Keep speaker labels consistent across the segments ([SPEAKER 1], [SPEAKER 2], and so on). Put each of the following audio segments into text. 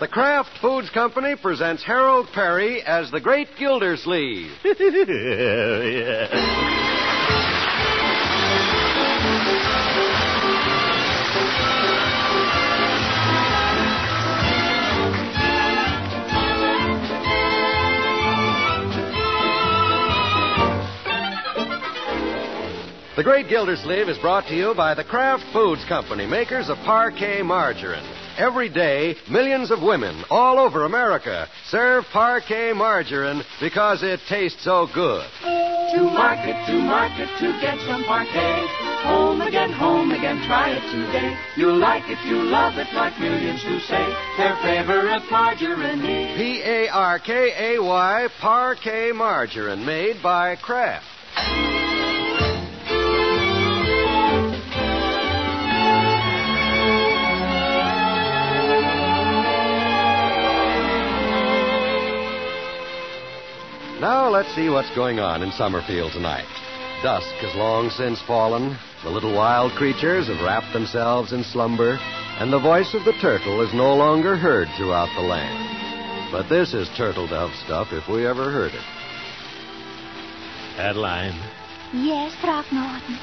[SPEAKER 1] The Kraft Foods Company presents Harold Perry as the Great Gildersleeve. The Great Gildersleeve is brought to you by the Kraft Foods Company, makers of parquet margarine. Every day, millions of women all over America serve parquet margarine because it tastes so good.
[SPEAKER 2] To market, to market, to get some parquet. Home again, home again, try it today. You'll like it, you love it, like millions who say their favorite margarine is.
[SPEAKER 1] P A R K A Y, parquet margarine, made by Kraft. Now let's see what's going on in Summerfield tonight. Dusk has long since fallen, the little wild creatures have wrapped themselves in slumber, and the voice of the turtle is no longer heard throughout the land. But this is turtle dove stuff if we ever heard it.
[SPEAKER 3] Adeline.
[SPEAKER 4] Yes, Throckmorton.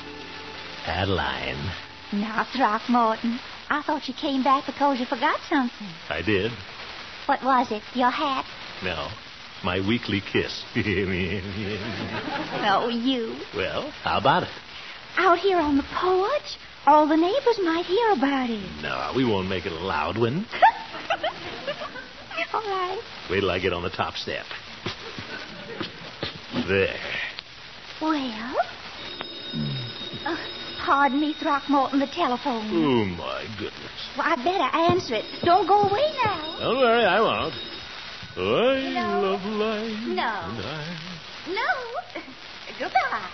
[SPEAKER 3] Adeline.
[SPEAKER 4] Now, Throckmorton, I thought you came back because you forgot something.
[SPEAKER 3] I did.
[SPEAKER 4] What was it? Your hat?
[SPEAKER 3] No. My weekly kiss.
[SPEAKER 4] No, Oh, you.
[SPEAKER 3] well, how about it?
[SPEAKER 4] Out here on the porch? All the neighbors might hear about it.
[SPEAKER 3] No, we won't make it a loud one.
[SPEAKER 4] All right.
[SPEAKER 3] Wait till I get on the top step. there.
[SPEAKER 4] Well? Oh, pardon me, Throckmorton, the telephone.
[SPEAKER 3] Oh, my goodness.
[SPEAKER 4] Well, I better answer it. Don't go away now.
[SPEAKER 3] Don't worry, I won't. I love life.
[SPEAKER 4] No.
[SPEAKER 3] and I-
[SPEAKER 4] No. Goodbye.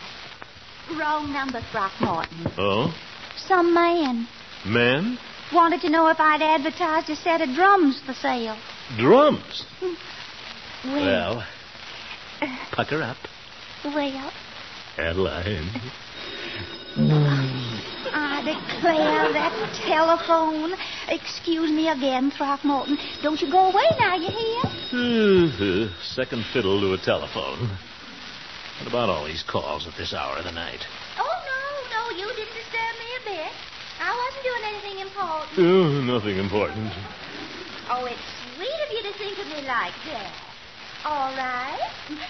[SPEAKER 4] Wrong number, Throckmorton.
[SPEAKER 3] Oh?
[SPEAKER 4] Some man
[SPEAKER 3] Man?
[SPEAKER 4] wanted to know if I'd advertised a set of drums for sale.
[SPEAKER 3] Drums.
[SPEAKER 4] Well,
[SPEAKER 3] Well, pucker up.
[SPEAKER 4] well,
[SPEAKER 3] Adeline.
[SPEAKER 4] I declare that telephone. Excuse me again, Throckmorton. Don't you go away now, you hear?
[SPEAKER 3] Uh, Second fiddle to a telephone. What about all these calls at this hour of the night?
[SPEAKER 4] Oh, no, no, you didn't disturb me a bit. I wasn't doing anything important.
[SPEAKER 3] Oh, nothing important.
[SPEAKER 4] Oh, it's sweet of you to think of me like that. All right.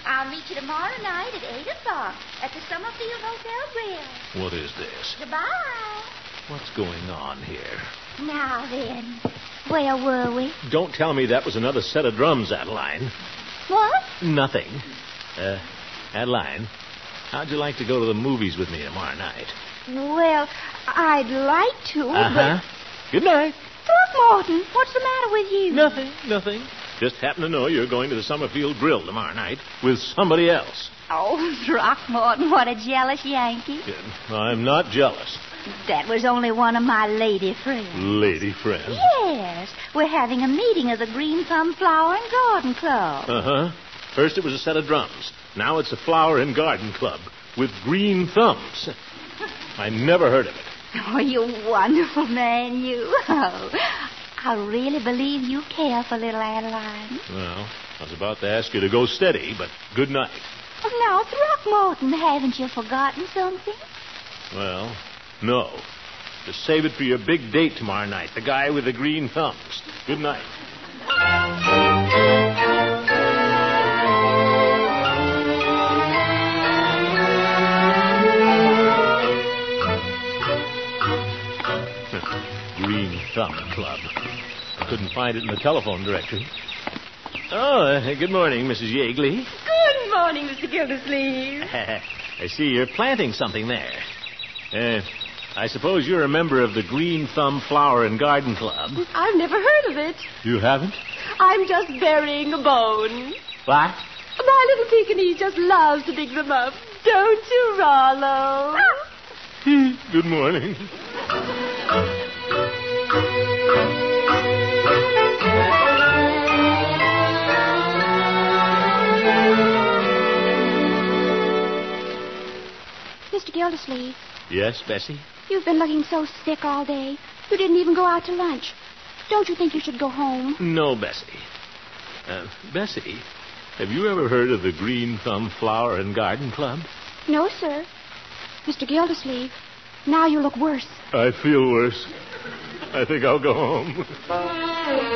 [SPEAKER 4] I'll meet you tomorrow night at 8 o'clock at the Summerfield Hotel Grill.
[SPEAKER 3] What is this?
[SPEAKER 4] Goodbye.
[SPEAKER 3] What's going on here?
[SPEAKER 4] Now then, where were we?
[SPEAKER 3] Don't tell me that was another set of drums, Adeline.
[SPEAKER 4] What?
[SPEAKER 3] Nothing. Uh, Adeline, how'd you like to go to the movies with me tomorrow night?
[SPEAKER 4] Well, I'd like to,
[SPEAKER 3] Uh-huh. Good night.
[SPEAKER 4] but... Throckmorton, what's the matter with you?
[SPEAKER 3] Nothing, nothing. Just happen to know you're going to the Summerfield Grill tomorrow night with somebody else.
[SPEAKER 4] Oh, Throckmorton, what a jealous Yankee.
[SPEAKER 3] Yeah, I'm not jealous,
[SPEAKER 4] That was only one of my lady friends.
[SPEAKER 3] lady friend.
[SPEAKER 4] Yes, we're having a meeting of the Green Thumb Flower and Garden Club.
[SPEAKER 3] Uh huh. First it was a set of drums. Now it's a flower and garden club with green thumbs. I never heard of it.
[SPEAKER 4] Oh, you wonderful man, you. Oh, I really believe you care for little Adeline.
[SPEAKER 3] Well, I was about to ask you to go steady, but good night.
[SPEAKER 4] Oh, now, Throckmorton, haven't you forgotten something?
[SPEAKER 3] Uh-huh. Well, no. Just save it for your big date tomorrow night. The guy with the green thumbs. Good night. green Thumb Club. I couldn't find it in the telephone directory. Oh, uh, good morning, Mrs. Yeagley.
[SPEAKER 5] Good morning, Mr. Gildersleeve.
[SPEAKER 3] I see you're planting something there. Uh, I suppose you're a member of the Green Thumb Flower and Garden Club.
[SPEAKER 5] I've never heard of it.
[SPEAKER 3] You haven't?
[SPEAKER 5] I'm just burying a bone.
[SPEAKER 3] What?
[SPEAKER 5] My little Pekingese just loves to dig them up. Don't you, Rollo?
[SPEAKER 3] Good morning.
[SPEAKER 4] Mr. Gildersleeve,
[SPEAKER 3] Yes, Bessie?
[SPEAKER 4] you've been looking so sick all day. You didn't even go out to lunch.
[SPEAKER 5] Don't you think you should go home?
[SPEAKER 3] No, Bessie. Uh, Bessie, have you ever heard of the Green Thumb Flower and Garden Club?
[SPEAKER 5] No, sir. Mr. Gildersleeve, now you look worse.
[SPEAKER 3] I feel worse. I think I'll go home.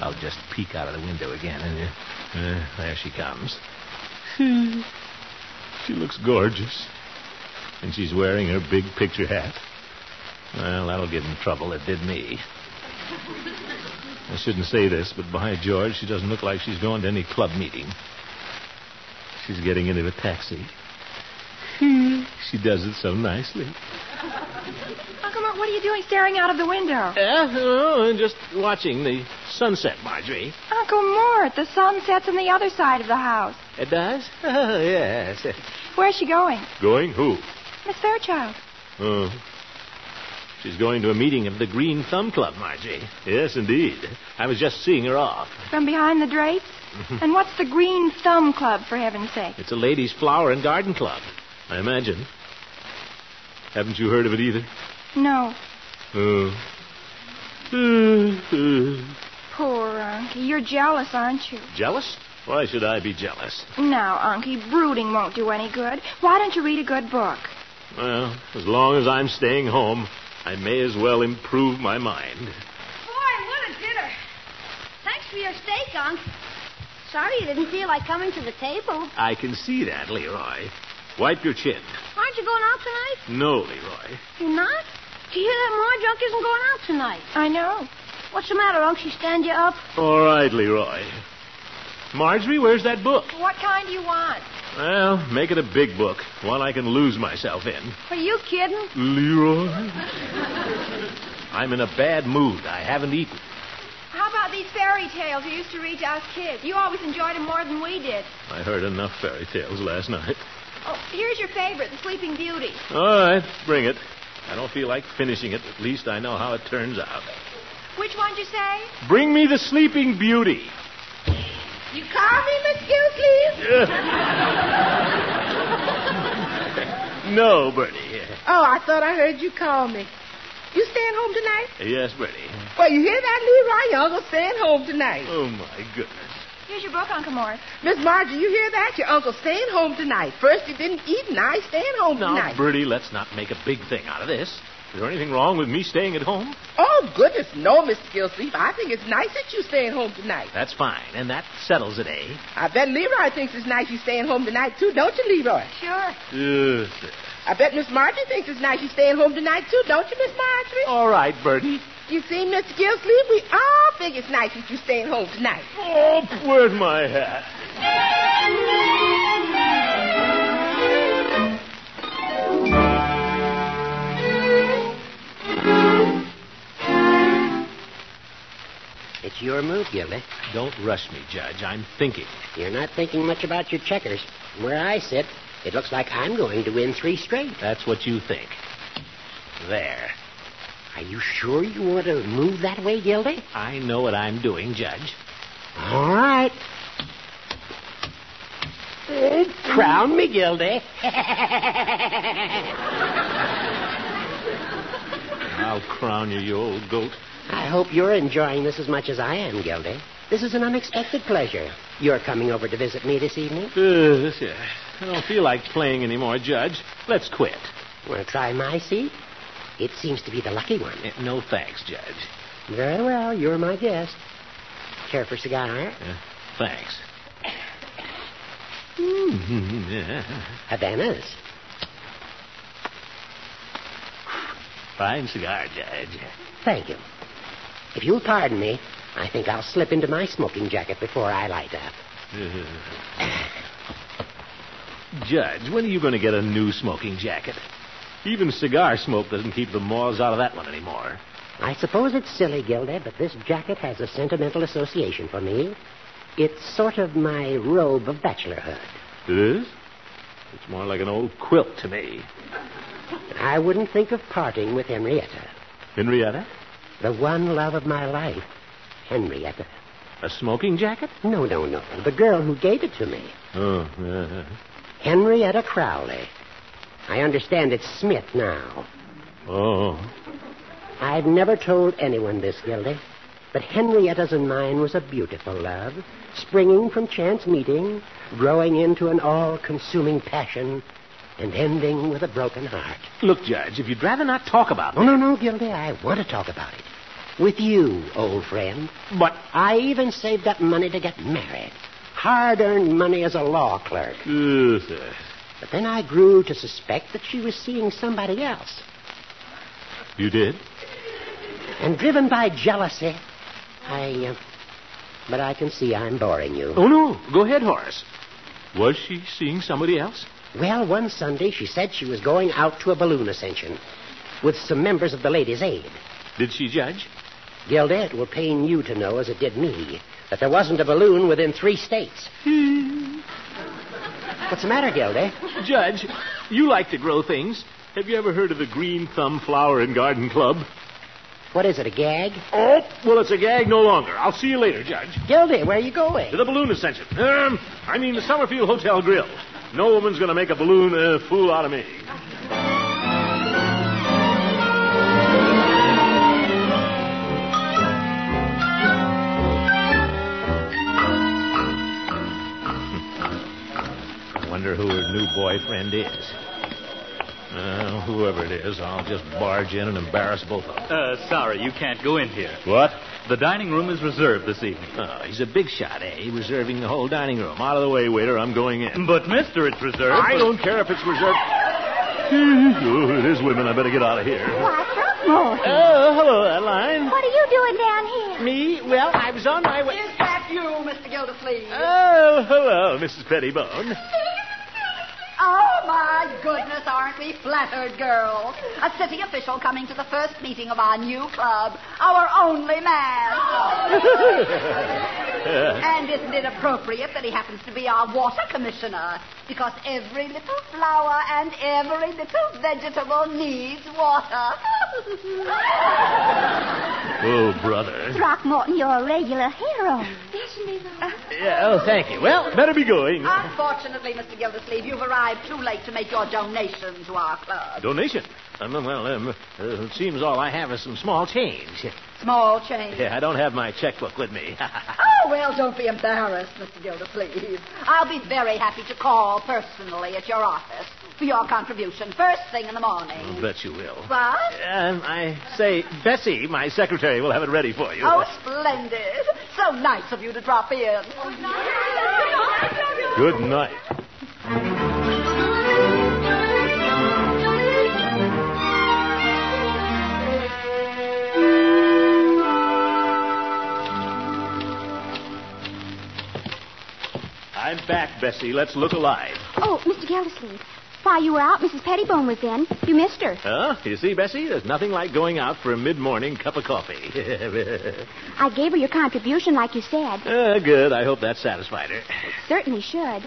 [SPEAKER 3] I'll just peek out of the window again, and uh, uh, there she comes. she looks gorgeous, and she's wearing her big picture hat. Well, that'll give him trouble. It did me. I shouldn't say this, but by George, she doesn't look like she's going to any club meeting. She's getting into a taxi.
[SPEAKER 5] Hmm.
[SPEAKER 3] she does it so nicely.
[SPEAKER 5] Uncle Mort, what are you doing staring out of the window?
[SPEAKER 3] Yeah, oh, just watching the sunset, Marjorie.
[SPEAKER 5] Uncle Mort, the sun sets on the other side of the house.
[SPEAKER 3] It does? Oh, yes.
[SPEAKER 5] Where's she going?
[SPEAKER 3] Going who?
[SPEAKER 5] Miss Fairchild.
[SPEAKER 3] Oh. She's going to a meeting of the Green Thumb Club, Margie. Yes, indeed. I was just seeing her off.
[SPEAKER 5] From behind the drapes? and what's the Green Thumb Club, for heaven's sake?
[SPEAKER 3] It's a ladies' flower and garden club, I imagine. Haven't you heard of it either?
[SPEAKER 5] No.
[SPEAKER 3] Oh. Uh,
[SPEAKER 5] Poor Unky. You're jealous, aren't you?
[SPEAKER 3] uh. Jealous? Why should I be jealous?
[SPEAKER 5] Now, Unky, brooding won't do any good. Why don't you read a good book?
[SPEAKER 3] Well, as long as I'm staying home, I may as well improve my mind.
[SPEAKER 4] Boy, what a dinner. Thanks for your steak, Unc. Sorry you didn't feel like coming to the table.
[SPEAKER 3] I can see that, Leroy. Wipe your chin.
[SPEAKER 4] Aren't you going out tonight?
[SPEAKER 3] No, Leroy.
[SPEAKER 4] You're not? Did you hear that Marge Unc isn't going out tonight?
[SPEAKER 5] I know.
[SPEAKER 4] What's the matter, Unc? She stand you up?
[SPEAKER 3] All right, Leroy. Marjorie, where's that book?
[SPEAKER 5] What kind do you want?
[SPEAKER 3] Well, make it a big book, one I can lose myself in.
[SPEAKER 4] Are you kidding?
[SPEAKER 3] Leroy? I'm in a bad mood. I haven't eaten.
[SPEAKER 5] How about these fairy tales you used to read to us kids? You always enjoyed them more than we did.
[SPEAKER 3] I heard enough fairy tales last night.
[SPEAKER 5] Oh, here's your favorite, The Sleeping Beauty.
[SPEAKER 3] All right, bring it. I don't feel like finishing it. At least I know how it turns out.
[SPEAKER 5] Which one'd you say?
[SPEAKER 3] Bring me the Sleeping Beauty.
[SPEAKER 4] You call me Miss Gilsleeve?
[SPEAKER 3] No, Bertie.
[SPEAKER 6] Oh, I thought I heard you call me. You staying home tonight?
[SPEAKER 3] Yes, Bertie.
[SPEAKER 6] Well, you hear that, Leroy? Your uncle's staying home tonight.
[SPEAKER 3] Oh, my goodness.
[SPEAKER 5] Here's your book, Uncle Morris.
[SPEAKER 6] Miss Margie, you hear that? Your uncle's staying home tonight. First he didn't eat, now he's staying home
[SPEAKER 3] Now,
[SPEAKER 6] tonight.
[SPEAKER 3] Bertie, let's not make a big thing out of this. Is there anything wrong with me staying at home?
[SPEAKER 6] Oh, goodness, no, Miss Gilsleeve. I think it's nice that you're staying home tonight.
[SPEAKER 3] That's fine, and that settles it, eh?
[SPEAKER 6] I bet Leroy thinks it's nice you're staying home tonight, too, don't you, Leroy?
[SPEAKER 5] Sure.
[SPEAKER 3] Yes.
[SPEAKER 6] I bet Miss Margie thinks it's nice you're staying home tonight, too, don't you, Miss Margie?
[SPEAKER 3] All right, Bertie.
[SPEAKER 6] You see, Miss Gilsleeve, we all think it's nice that you're staying home tonight.
[SPEAKER 3] Oh, where's my hat?
[SPEAKER 7] It's your move, Gildy.
[SPEAKER 3] Don't rush me, Judge. I'm thinking.
[SPEAKER 7] You're not thinking much about your checkers. From Where I sit, it looks like I'm going to win three straight.
[SPEAKER 3] That's what you think. There.
[SPEAKER 7] Are you sure you want to move that way, Gildy?
[SPEAKER 3] I know what I'm doing, Judge.
[SPEAKER 7] All right. Oh, crown me, Gildy.
[SPEAKER 3] I'll crown you, you old goat.
[SPEAKER 7] I hope you're enjoying this as much as I am, Gildy. This is an unexpected pleasure. You're coming over to visit me this evening.
[SPEAKER 3] Uh, this here. I don't feel like playing anymore, Judge. Let's quit.
[SPEAKER 7] Want to try my seat? It seems to be the lucky one.
[SPEAKER 3] Eh, No thanks, Judge.
[SPEAKER 7] Very well, you're my guest. Care for a cigar?
[SPEAKER 3] Eh, thanks.
[SPEAKER 7] Hmm.
[SPEAKER 3] Mhm, yeah.
[SPEAKER 7] Havanas.
[SPEAKER 3] Fine cigar, Judge.
[SPEAKER 7] Thank you. If you'll pardon me, I think I'll slip into my smoking jacket before I light up.
[SPEAKER 3] Judge, when are you going to get a new smoking jacket? Even cigar smoke doesn't keep the moths out of that one anymore.
[SPEAKER 7] I suppose it's silly, Gilda, but this jacket has a sentimental association for me. It's sort of my robe of bachelorhood.
[SPEAKER 3] It is? It's more like an old quilt to me.
[SPEAKER 7] I wouldn't think of parting with Henrietta,
[SPEAKER 3] Henrietta?
[SPEAKER 7] the one love of my life. Henrietta.
[SPEAKER 8] A smoking jacket?
[SPEAKER 7] No, no, no. The girl who gave it to me.
[SPEAKER 3] Oh, yeah.
[SPEAKER 7] Henrietta Crowley. I understand it's Smith now.
[SPEAKER 3] Oh.
[SPEAKER 7] I've never told anyone this, Gildy. But Henrietta's and mine was a beautiful love, springing from chance meeting, growing into an all consuming passion, and ending with a broken heart.
[SPEAKER 8] Look, Judge, if you'd rather not talk about
[SPEAKER 7] Oh, no, no, Gildy, I want to talk about it. With you, old friend.
[SPEAKER 8] But
[SPEAKER 7] I even saved up money to get married. Hard earned money as a law clerk.
[SPEAKER 3] Yes, yes.
[SPEAKER 7] But then I grew to suspect that she was seeing somebody else.
[SPEAKER 3] You did?
[SPEAKER 7] And driven by jealousy, I. Uh, but I can see I'm boring you.
[SPEAKER 8] Oh, no. Go ahead, Horace.
[SPEAKER 3] Was she seeing somebody else?
[SPEAKER 7] Well, one Sunday she said she was going out to a balloon ascension with some members of the Ladies' Aid.
[SPEAKER 3] Did she, Judge?
[SPEAKER 7] Gilda, it will pain you to know, as it did me, that there wasn't a balloon within three states. What's the matter, Gilda?
[SPEAKER 3] Judge, you like to grow things. Have you ever heard of the Green Thumb Flower and Garden Club?
[SPEAKER 7] What is it, a gag?
[SPEAKER 3] Oh, well, it's a gag no longer. I'll see you later, Judge.
[SPEAKER 7] Gilda, where are you going?
[SPEAKER 3] To the balloon ascension. Um, I mean the Summerfield Hotel Grill. No woman's going to make a balloon uh, fool out of me. I wonder who her new boyfriend is. Uh, whoever it is, I'll just barge in and embarrass both of them.
[SPEAKER 9] Uh, sorry, you can't go in here.
[SPEAKER 3] What?
[SPEAKER 9] The dining room is reserved this evening.
[SPEAKER 3] Oh, he's a big shot, eh? Reserving the whole dining room. Out of the way, waiter. I'm going in.
[SPEAKER 9] But, mister, it's reserved.
[SPEAKER 3] I
[SPEAKER 9] for-
[SPEAKER 3] don't care if it's reserved. oh, it is women. I better get out of here.
[SPEAKER 4] Why, Throckmorton,
[SPEAKER 3] Oh, hello, Adeline.
[SPEAKER 4] what are you doing down here?
[SPEAKER 3] Me? Well, I was on my way.
[SPEAKER 6] Is that you, Mr. Gildersleeve?
[SPEAKER 3] Oh, hello, Mrs. Pettibone.
[SPEAKER 10] Oh, my goodness, aren't we flattered, girls? A city official coming to the first meeting of our new club, our only man. and isn't it appropriate that he happens to be our water commissioner? Because every little flower and every little vegetable needs water.
[SPEAKER 3] Oh, brother.
[SPEAKER 4] Throckmorton, you're a regular hero.
[SPEAKER 3] Yeah, oh, thank you. Well, better be going.
[SPEAKER 10] Unfortunately, Mr. Gildersleeve, you've arrived too late to make your donation to our club.
[SPEAKER 3] Donation. Um, well, um, uh, it seems all I have is some small change.
[SPEAKER 10] Small change.
[SPEAKER 3] Yeah, I don't have my checkbook with me.
[SPEAKER 10] Oh, well, don't be embarrassed, Mr. Gildersleeve. I'll be very happy to call personally at your office for your contribution first thing in the morning.
[SPEAKER 3] Bet you will.
[SPEAKER 10] What?
[SPEAKER 3] Um, I say, Bessie, my secretary, will have it ready for you.
[SPEAKER 10] Oh, splendid. So nice of you to drop in.
[SPEAKER 3] Good night. I'm back, Bessie. Let's look alive.
[SPEAKER 4] Oh, Mr. Gildersleeve, while you were out, Mrs. Pettibone was in. You missed her.
[SPEAKER 3] Huh? You see, Bessie, there's nothing like going out for a mid-morning cup of coffee.
[SPEAKER 4] I gave her your contribution, like you said.
[SPEAKER 3] Ah, good. I hope that satisfied her.
[SPEAKER 4] Certainly should.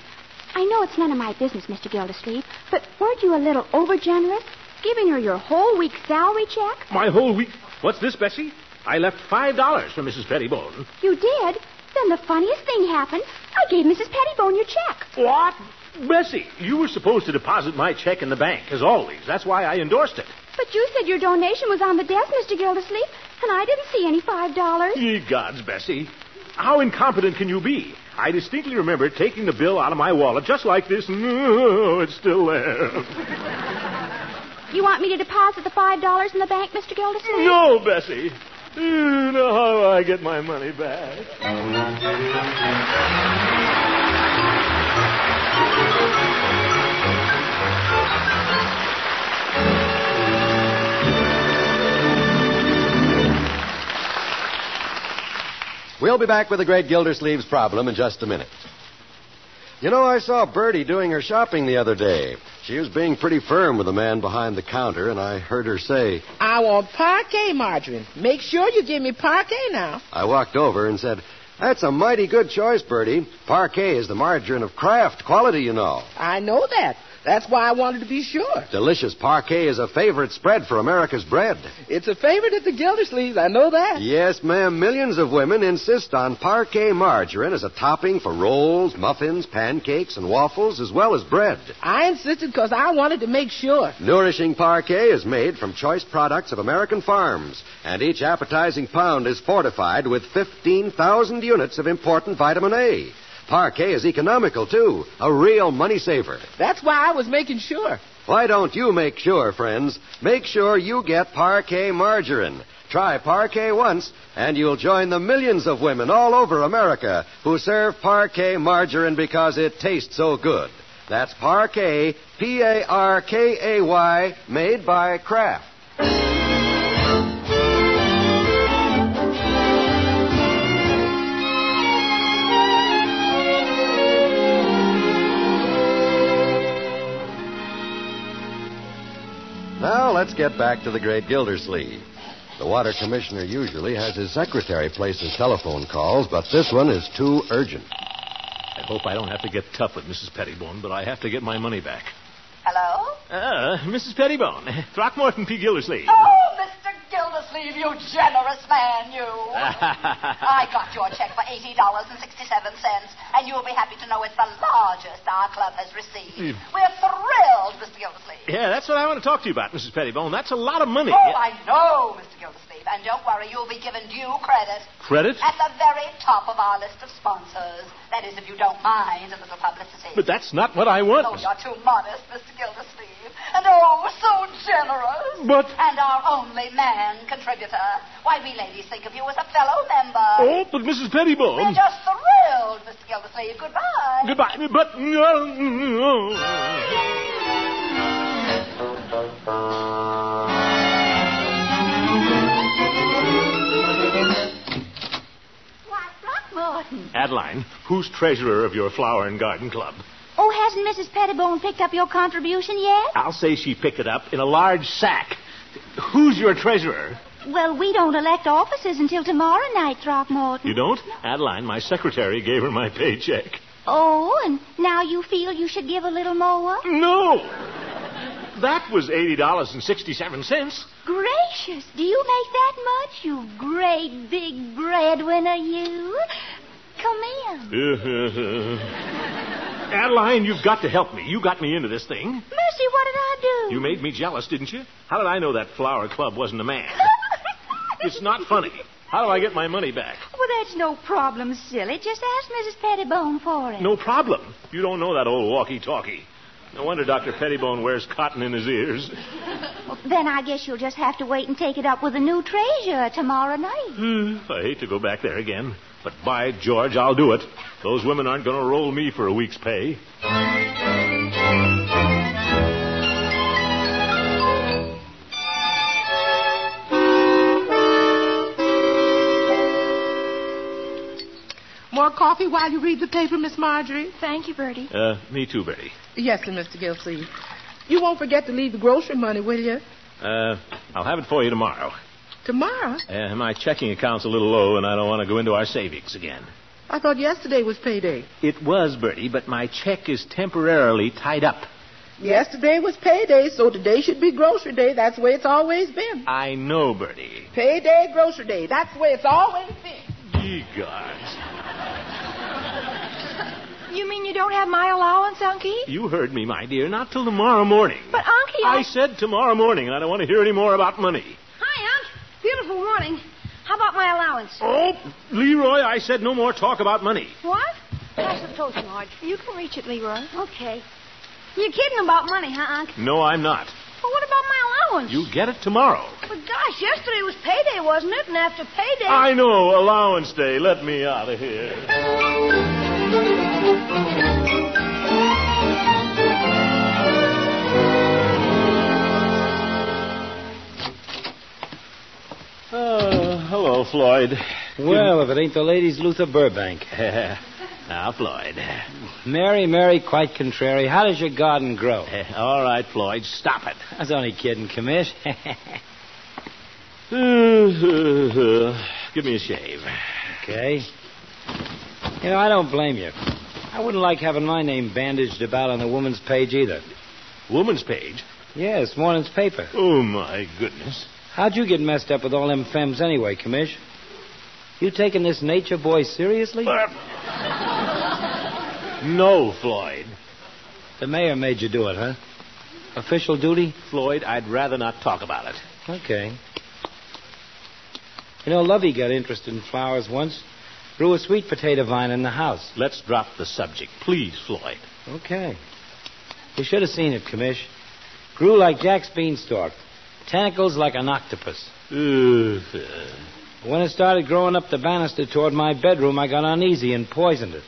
[SPEAKER 4] I know it's none of my business, Mr. Gildersleeve, but weren't you a little overgenerous? Giving her your whole week's salary check?
[SPEAKER 3] My whole week. What's this, Bessie? I left five dollars for Mrs. Pettibone.
[SPEAKER 4] You did? Then the funniest thing happened. I gave Mrs. Pettibone your check.
[SPEAKER 3] What? Bessie, you were supposed to deposit my check in the bank, as always. That's why I endorsed it.
[SPEAKER 4] But you said your donation was on the desk, Mr. Gildersleeve, and I didn't see any five dollars.
[SPEAKER 3] Ye gods, Bessie. How incompetent can you be? I distinctly remember taking the bill out of my wallet just like this. No, it's still there.
[SPEAKER 4] You want me to deposit the five dollars in the bank, Mr. Gildersleeve?
[SPEAKER 3] No, Bessie. You know how I get my money back.
[SPEAKER 1] We'll be back with the great Gildersleeve's problem in just a minute. You know, I saw Bertie doing her shopping the other day. She was being pretty firm with the man behind the counter, and I heard her say,
[SPEAKER 6] I want parquet margarine. Make sure you give me parquet now.
[SPEAKER 1] I walked over and said, That's a mighty good choice, Bertie. Parquet is the margarine of craft quality, you know.
[SPEAKER 6] I know that. That's why I wanted to be sure.
[SPEAKER 1] Delicious parquet is a favorite spread for America's bread.
[SPEAKER 6] It's a favorite at the Gildersleeves, I know that.
[SPEAKER 1] Yes, ma'am, millions of women insist on parquet margarine as a topping for rolls, muffins, pancakes, and waffles, as well as bread.
[SPEAKER 6] I insisted because I wanted to make sure.
[SPEAKER 1] Nourishing parquet is made from choice products of American farms, and each appetizing pound is fortified with 15,000 units of important vitamin A. Parquet is economical, too, a real money saver.
[SPEAKER 6] That's why I was making sure.
[SPEAKER 1] Why don't you make sure, friends? Make sure you get parquet margarine. Try parquet once, and you'll join the millions of women all over America who serve parquet margarine because it tastes so good. That's parquet, P A R K A Y, made by Kraft. Now let's get back to the great Gildersleeve. The water commissioner usually has his secretary place his telephone calls, but this one is too urgent.
[SPEAKER 3] I hope I don't have to get tough with Mrs. Pettibone, but I have to get my money back.
[SPEAKER 10] Hello?
[SPEAKER 3] Uh, Mrs. Pettibone, Throckmorton P. Gildersleeve.
[SPEAKER 10] Oh, Mr. Gildersleeve, you generous man, you.
[SPEAKER 3] Ah.
[SPEAKER 10] I got your check for $80.67, and you'll be happy to know it's the largest our club has received.
[SPEAKER 3] Mm.
[SPEAKER 10] We're thrilled, Mr. Gildersleeve.
[SPEAKER 3] Yeah, that's what I want to talk to you about, Mrs. Pettibone. That's a lot of money.
[SPEAKER 10] Oh, I know, Mr. Gildersleeve. And don't worry, you'll be given due credit.
[SPEAKER 3] Credit?
[SPEAKER 10] At the very top of our list of sponsors. That is, if you don't mind a little publicity.
[SPEAKER 3] But that's not what I want.
[SPEAKER 10] Oh, you're too modest, Mr. Gildersleeve. And oh, so generous.
[SPEAKER 3] But-
[SPEAKER 10] And our only man contributor. Why, we ladies think of you as a fellow member.
[SPEAKER 3] Oh, but Mrs.
[SPEAKER 2] Um.
[SPEAKER 3] Pettibone.
[SPEAKER 10] We're just thrilled, Mr. Gildersleeve. Goodbye.
[SPEAKER 3] Goodbye. But. mm, oh.
[SPEAKER 4] Why, Throckmorton.
[SPEAKER 3] Adeline, who's treasurer of your flower and garden club?
[SPEAKER 4] Oh, hasn't Mrs. Pettibone picked up your contribution yet?
[SPEAKER 3] I'll say she picked it up in a large sack. Who's your treasurer?
[SPEAKER 4] Well, we don't elect officers until tomorrow night, Throckmorton.
[SPEAKER 3] You don't? Adeline, my secretary, gave her my paycheck.
[SPEAKER 4] Oh, and now you feel you should give a little more?
[SPEAKER 3] No! That was $80.67.
[SPEAKER 4] Gracious, do you make that much, you great big breadwinner, you? Come in.
[SPEAKER 3] Adeline, you've got to help me. You got me into this thing.
[SPEAKER 4] Mercy, what did I do?
[SPEAKER 3] You made me jealous, didn't you? How did I know that flower club wasn't a man? It's not funny. How do I get my money back?
[SPEAKER 4] Well, that's no problem, silly. Just ask Mrs. Pettibone for it.
[SPEAKER 3] No problem. You don't know that old walkie-talkie. No wonder Dr. Pettibone wears cotton in his ears.
[SPEAKER 4] Well, then I guess you'll just have to wait and take it up with the new treasurer tomorrow night.
[SPEAKER 3] I hate to go back there again, but by George, I'll do it. Those women aren't going to roll me for a week's pay.
[SPEAKER 6] More coffee while you read the paper, Miss Marjorie?
[SPEAKER 5] Thank you, Bertie.
[SPEAKER 3] Uh, me too, Betty.
[SPEAKER 6] Yes, sir, Mr. Gildersleeve. You won't forget to leave the grocery money, will you?
[SPEAKER 3] Uh, I'll have it for you tomorrow.
[SPEAKER 6] Tomorrow?
[SPEAKER 3] Uh, my checking account's a little low, and I don't want to go into our savings again.
[SPEAKER 6] I thought yesterday was payday.
[SPEAKER 3] It was, Bertie, but my check is temporarily tied up.
[SPEAKER 6] Yesterday was payday, so today should be grocery day. That's the way it's always been.
[SPEAKER 3] I know, Bertie.
[SPEAKER 6] Payday, grocery day. That's the way it's always been.
[SPEAKER 3] Gee, gods.
[SPEAKER 5] You mean you don't have my allowance, Unky?
[SPEAKER 3] You heard me, my dear. Not till tomorrow morning.
[SPEAKER 5] But, Unky,
[SPEAKER 3] I said tomorrow morning, and I don't want to hear any more about money.
[SPEAKER 5] Hi, Unc. Beautiful morning. How about my allowance?
[SPEAKER 3] Oh, Leroy, I said no more talk about money.
[SPEAKER 5] What? Pass the toast, Marge. You can reach it, Leroy. Okay. You're kidding about money, huh, Unc?
[SPEAKER 3] No, I'm not.
[SPEAKER 5] But what about my allowance?
[SPEAKER 3] You get it tomorrow.
[SPEAKER 5] But gosh, yesterday was payday, wasn't it? And after payday.
[SPEAKER 3] I know, allowance day. Let me out of here.
[SPEAKER 2] Oh.
[SPEAKER 3] Oh, hello, Floyd.
[SPEAKER 11] Well, if it ain't the ladies, Luther Burbank.
[SPEAKER 3] now, Ah, Floyd.
[SPEAKER 11] Mary, Mary, quite contrary. How does your garden grow?
[SPEAKER 3] All right, Floyd, stop it.
[SPEAKER 11] I was only kidding, Commish.
[SPEAKER 3] Uh, Give me a shave.
[SPEAKER 11] okay. You know, I don't blame you. I wouldn't like having my name bandaged about on the woman's page either.
[SPEAKER 3] Woman's page?
[SPEAKER 11] Yes, morning's paper.
[SPEAKER 3] Oh, my goodness.
[SPEAKER 11] How'd you get messed up with all them femmes anyway, Commish? You taking this nature boy seriously?
[SPEAKER 3] No, Floyd.
[SPEAKER 11] The mayor made you do it, huh? Official duty?
[SPEAKER 8] Floyd, I'd rather not talk about it.
[SPEAKER 11] Okay. You know, Lovey got interested in flowers once. Grew a sweet potato vine in the house.
[SPEAKER 3] Let's drop the subject, please, Floyd.
[SPEAKER 11] Okay. You should have seen it, Commish. Grew like Jack's beanstalk. Tentacles like an octopus. When it started growing up the banister toward my bedroom, I got uneasy and poisoned it.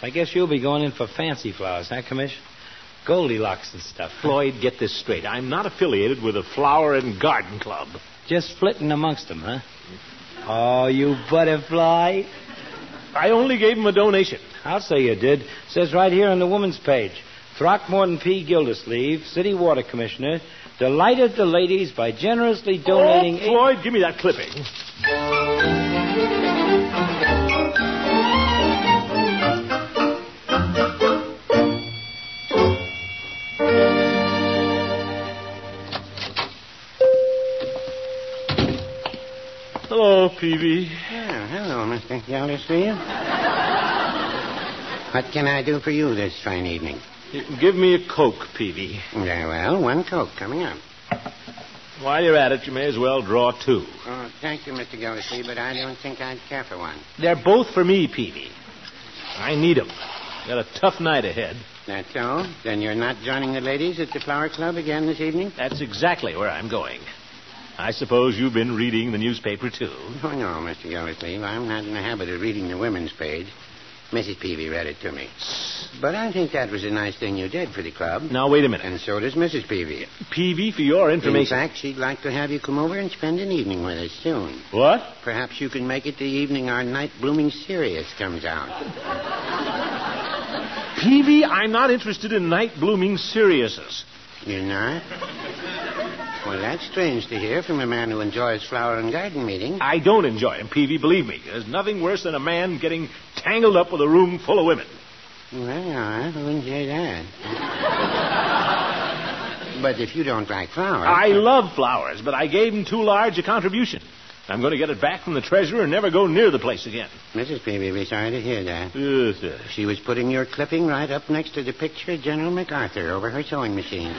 [SPEAKER 11] I guess you'll be going in for fancy flowers, huh, Commish? Goldilocks and stuff.
[SPEAKER 3] Floyd, get this straight. I'm not affiliated with a flower and garden club.
[SPEAKER 11] Just flitting amongst them, huh? Oh, you butterfly.
[SPEAKER 3] I only gave him a donation.
[SPEAKER 11] I'll say you did. Says right here on the woman's page. Throckmorton P. Gildersleeve, City Water Commissioner, delighted the ladies by generously donating.
[SPEAKER 3] Oh, Floyd, give me that clipping. Hello, Peavy.
[SPEAKER 12] hello, Mr. Gildersleeve. what can I do for you this fine evening?
[SPEAKER 3] Give me a Coke, Peavy.
[SPEAKER 12] Very well, one Coke coming up.
[SPEAKER 3] While you're at it, you may as well draw two.
[SPEAKER 12] Oh, thank you, Mr. Gildersleeve, but I don't think I'd care for one.
[SPEAKER 3] They're both for me, Peavy. I need 'em. Got a tough night ahead.
[SPEAKER 12] That's all? Then you're not joining the ladies at the Flower Club again this evening?
[SPEAKER 3] That's exactly where I'm going. I suppose you've been reading the newspaper, too.
[SPEAKER 12] Oh, no, Mr. Gildersleeve. I'm not in the habit of reading the women's page. Mrs. Peavy read it to me. But I think that was a nice thing you did for the club.
[SPEAKER 3] Now, wait a minute.
[SPEAKER 12] And so does Mrs. Peavy.
[SPEAKER 3] Peavy, for your
[SPEAKER 12] In
[SPEAKER 3] information.
[SPEAKER 12] fact, she'd like to have you come over and spend an evening with us soon.
[SPEAKER 3] What?
[SPEAKER 12] Perhaps you can make it the evening our night blooming Sirius comes out.
[SPEAKER 3] Peavy, I'm not interested in night blooming Siriuses.
[SPEAKER 12] You're not? Well, that's strange to hear from a man who enjoys flower and garden meeting.
[SPEAKER 3] I don't enjoy them, Peavy, believe me. There's nothing worse than a man getting tangled up with a room full of women.
[SPEAKER 12] Well, I wouldn't say that. but if you don't like flowers.
[SPEAKER 3] I love flowers, but I gave him too large a contribution. I'm going to get it back from the treasurer and never go near the place again.
[SPEAKER 12] Mrs. Peavy will be sorry to hear that.
[SPEAKER 3] Yes, sir.
[SPEAKER 12] She was putting your clipping right up next to the picture of General MacArthur over her sewing machine.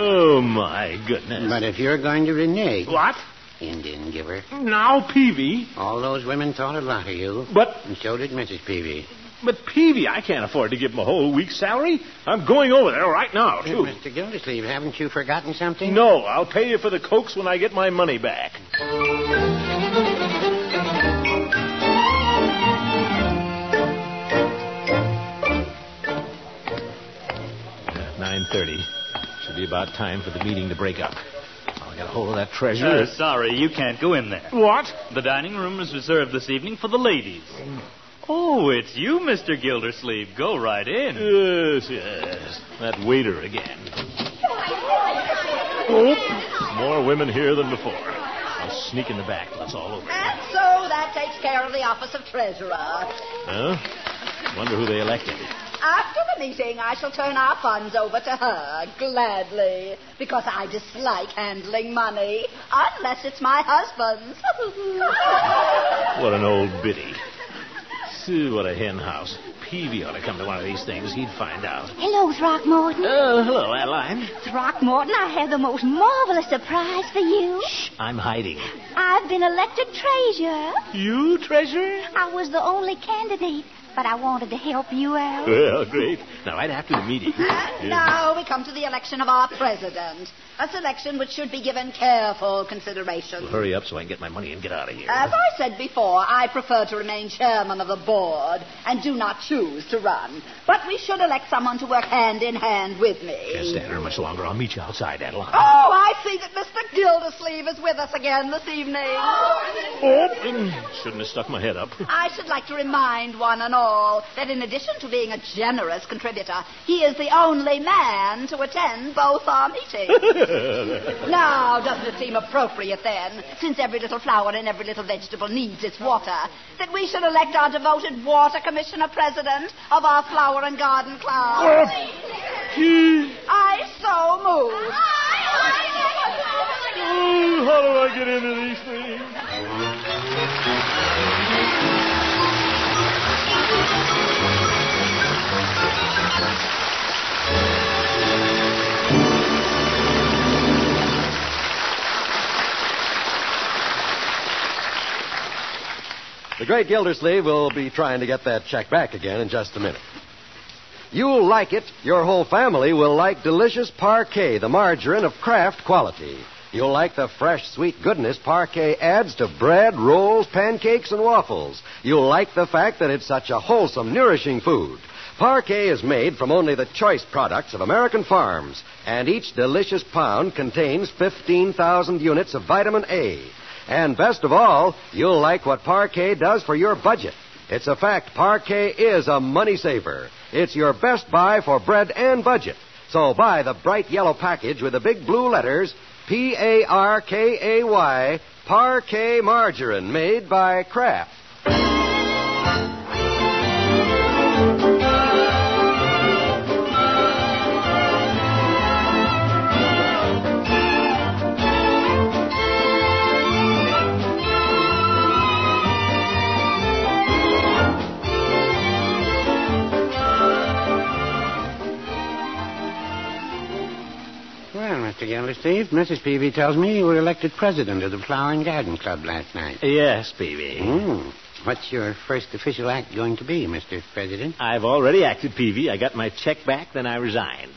[SPEAKER 3] Oh, my goodness.
[SPEAKER 12] But if you're going to renege.
[SPEAKER 3] What?
[SPEAKER 12] Indian giver.
[SPEAKER 3] Now, Peavy.
[SPEAKER 12] All those women thought a lot of you.
[SPEAKER 3] But.
[SPEAKER 12] And so did Mrs. Peavy.
[SPEAKER 3] But, Peavy, I can't afford to give him a whole week's salary. I'm going over there right now,
[SPEAKER 12] Hey,
[SPEAKER 3] too.
[SPEAKER 12] Mr. Gildersleeve, haven't you forgotten something?
[SPEAKER 3] No, I'll pay you for the cokes when I get my money back. Nine thirty. Should be about time for the meeting to break up. I'll get a hold of that treasurer.
[SPEAKER 9] Uh, sorry, you can't go in there.
[SPEAKER 3] What?
[SPEAKER 9] The dining room is reserved this evening for the ladies. Oh, it's you, Mr. Gildersleeve. Go right in.
[SPEAKER 3] Yes, yes. That waiter again. More women here than before. I'll sneak in the back. till It's all over.
[SPEAKER 10] And so that takes care of the office of treasurer.
[SPEAKER 3] Huh? Wonder who they elected.
[SPEAKER 10] After the meeting, I shall turn our funds over to her gladly, because I dislike handling money, unless it's my husband's.
[SPEAKER 3] What an old biddy. See, what a hen house. Peavy ought to come to one of these things. He'd find out.
[SPEAKER 13] Hello, Throckmorton.
[SPEAKER 3] Oh, hello, Adeline.
[SPEAKER 13] Throckmorton, I have the most marvelous surprise for you.
[SPEAKER 3] I'm hiding.
[SPEAKER 13] I've been elected treasurer.
[SPEAKER 3] You, treasurer?
[SPEAKER 13] I was the only candidate, but I wanted to help you out.
[SPEAKER 3] Well, great. Now, right after the meeting.
[SPEAKER 10] And now we come to the election of our president, a selection which should be given careful consideration.
[SPEAKER 3] Well, hurry up so I can get my money and get out of here.
[SPEAKER 10] As I said before, I prefer to remain chairman of the board and do not choose to run. But we should elect someone to work hand in hand with me.
[SPEAKER 3] Can't stand her much longer. I'll meet you outside, Adeline.
[SPEAKER 10] Oh, I see that Mr. Gildersleeve is with us again this evening.
[SPEAKER 3] Oh, mm, shouldn't have stuck my head up.
[SPEAKER 10] I should like to remind one and all all that in addition to being a generous contributor, he is the only man to attend both our meetings. now, doesn't it seem appropriate then, since every little flower and every little vegetable needs its water, that we should elect our devoted water commissioner president of our flower and garden
[SPEAKER 2] Oh,
[SPEAKER 10] club? I so move.
[SPEAKER 2] Hmm,
[SPEAKER 3] How do I get into these things?
[SPEAKER 1] The great Gildersleeve will be trying to get that check back again in just a minute. You'll like it. Your whole family will like delicious parquet, the margarine of Kraft quality. You'll like the fresh, sweet goodness parquet adds to bread, rolls, pancakes, and waffles. You'll like the fact that it's such a wholesome, nourishing food. Parquet is made from only the choice products of American farms, and each delicious pound contains 15,000 units of vitamin A. And best of all, you'll like what Parquet does for your budget. It's a fact, Parquet is a money saver. It's your best buy for bread and budget. So buy the bright yellow package with the big blue letters P A R K A Y, Parquet Margarine, made by Kraft.
[SPEAKER 12] Well, Mr. Gildersleeve, Mrs. Peavy tells me you were elected president of the Flower and Garden Club last night.
[SPEAKER 8] Yes, Peavy.
[SPEAKER 12] Mm. What's your first official act going to be, Mr. President?
[SPEAKER 8] I've already acted, Peavy. I got my check back, then I resigned.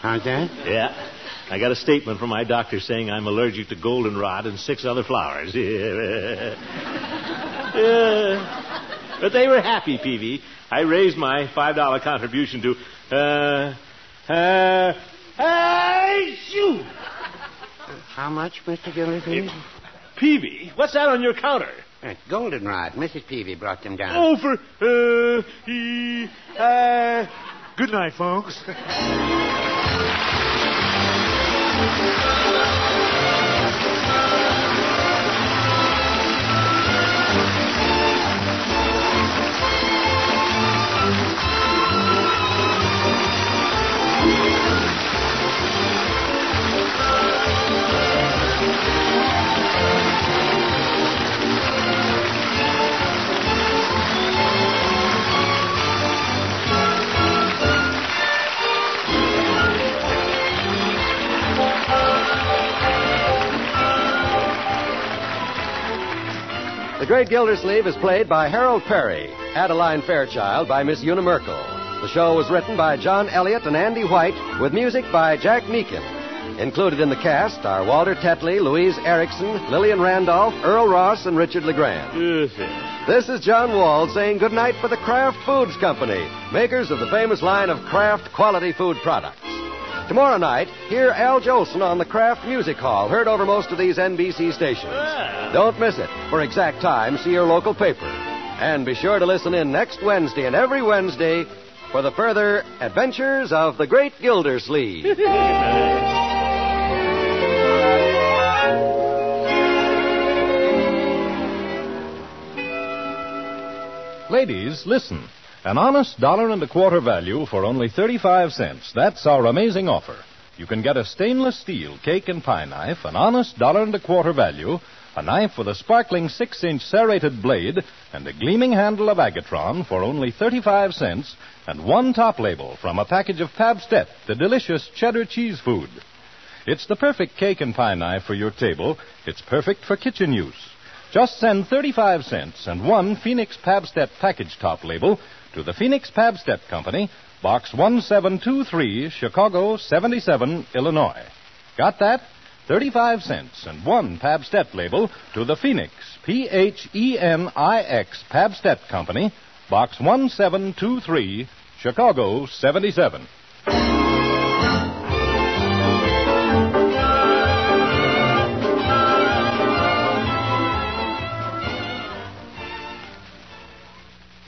[SPEAKER 12] How's that?
[SPEAKER 8] Yeah. I got a statement from my doctor saying I'm allergic to goldenrod and six other flowers. Yeah. But they were happy, Peavy. I raised my $5 contribution to, uh, uh, hey, shoot!
[SPEAKER 12] How much, Mr. Gildersleeve?
[SPEAKER 8] Peavy, what's that on your counter?
[SPEAKER 12] Uh, goldenrod. Mrs. Peavy brought them down.
[SPEAKER 8] Oh, for, uh, he, uh, good night, folks.
[SPEAKER 1] The Great Gildersleeve is played by Harold Perry, Adeline Fairchild by Miss Una Merkel. The show was written by John Elliott and Andy White, with music by Jack Meakin. Included in the cast are Walter Tetley, Louise Erickson, Lillian Randolph, Earl Ross, and Richard LeGrand. This is John Wald saying goodnight for the Kraft Foods Company, makers of the famous line of Kraft quality food products. Tomorrow night, hear Al Jolson on the Kraft Music Hall, heard over most of these NBC stations. Don't miss it. For exact time, see your local paper. And be sure to listen in next Wednesday and every Wednesday for the further adventures of the great Gildersleeve.
[SPEAKER 14] Ladies, listen. An honest dollar and a quarter value for only 35 cents. That's our amazing offer. You can get a stainless steel cake and pie knife, an honest dollar and a quarter value, a knife with a sparkling six inch serrated blade, and a gleaming handle of Agatron for only 35 cents, and one top label from a package of Pabstet, the delicious cheddar cheese food. It's the perfect cake and pie knife for your table. It's perfect for kitchen use. Just send 35 cents and one Phoenix Pabstep package top label to the Phoenix Pabstep Company, Box 1723, Chicago 77, Illinois. Got that? 35 cents and one Pabstep label to the Phoenix, P H E N I X Pabstep Company, Box 1723, Chicago 77.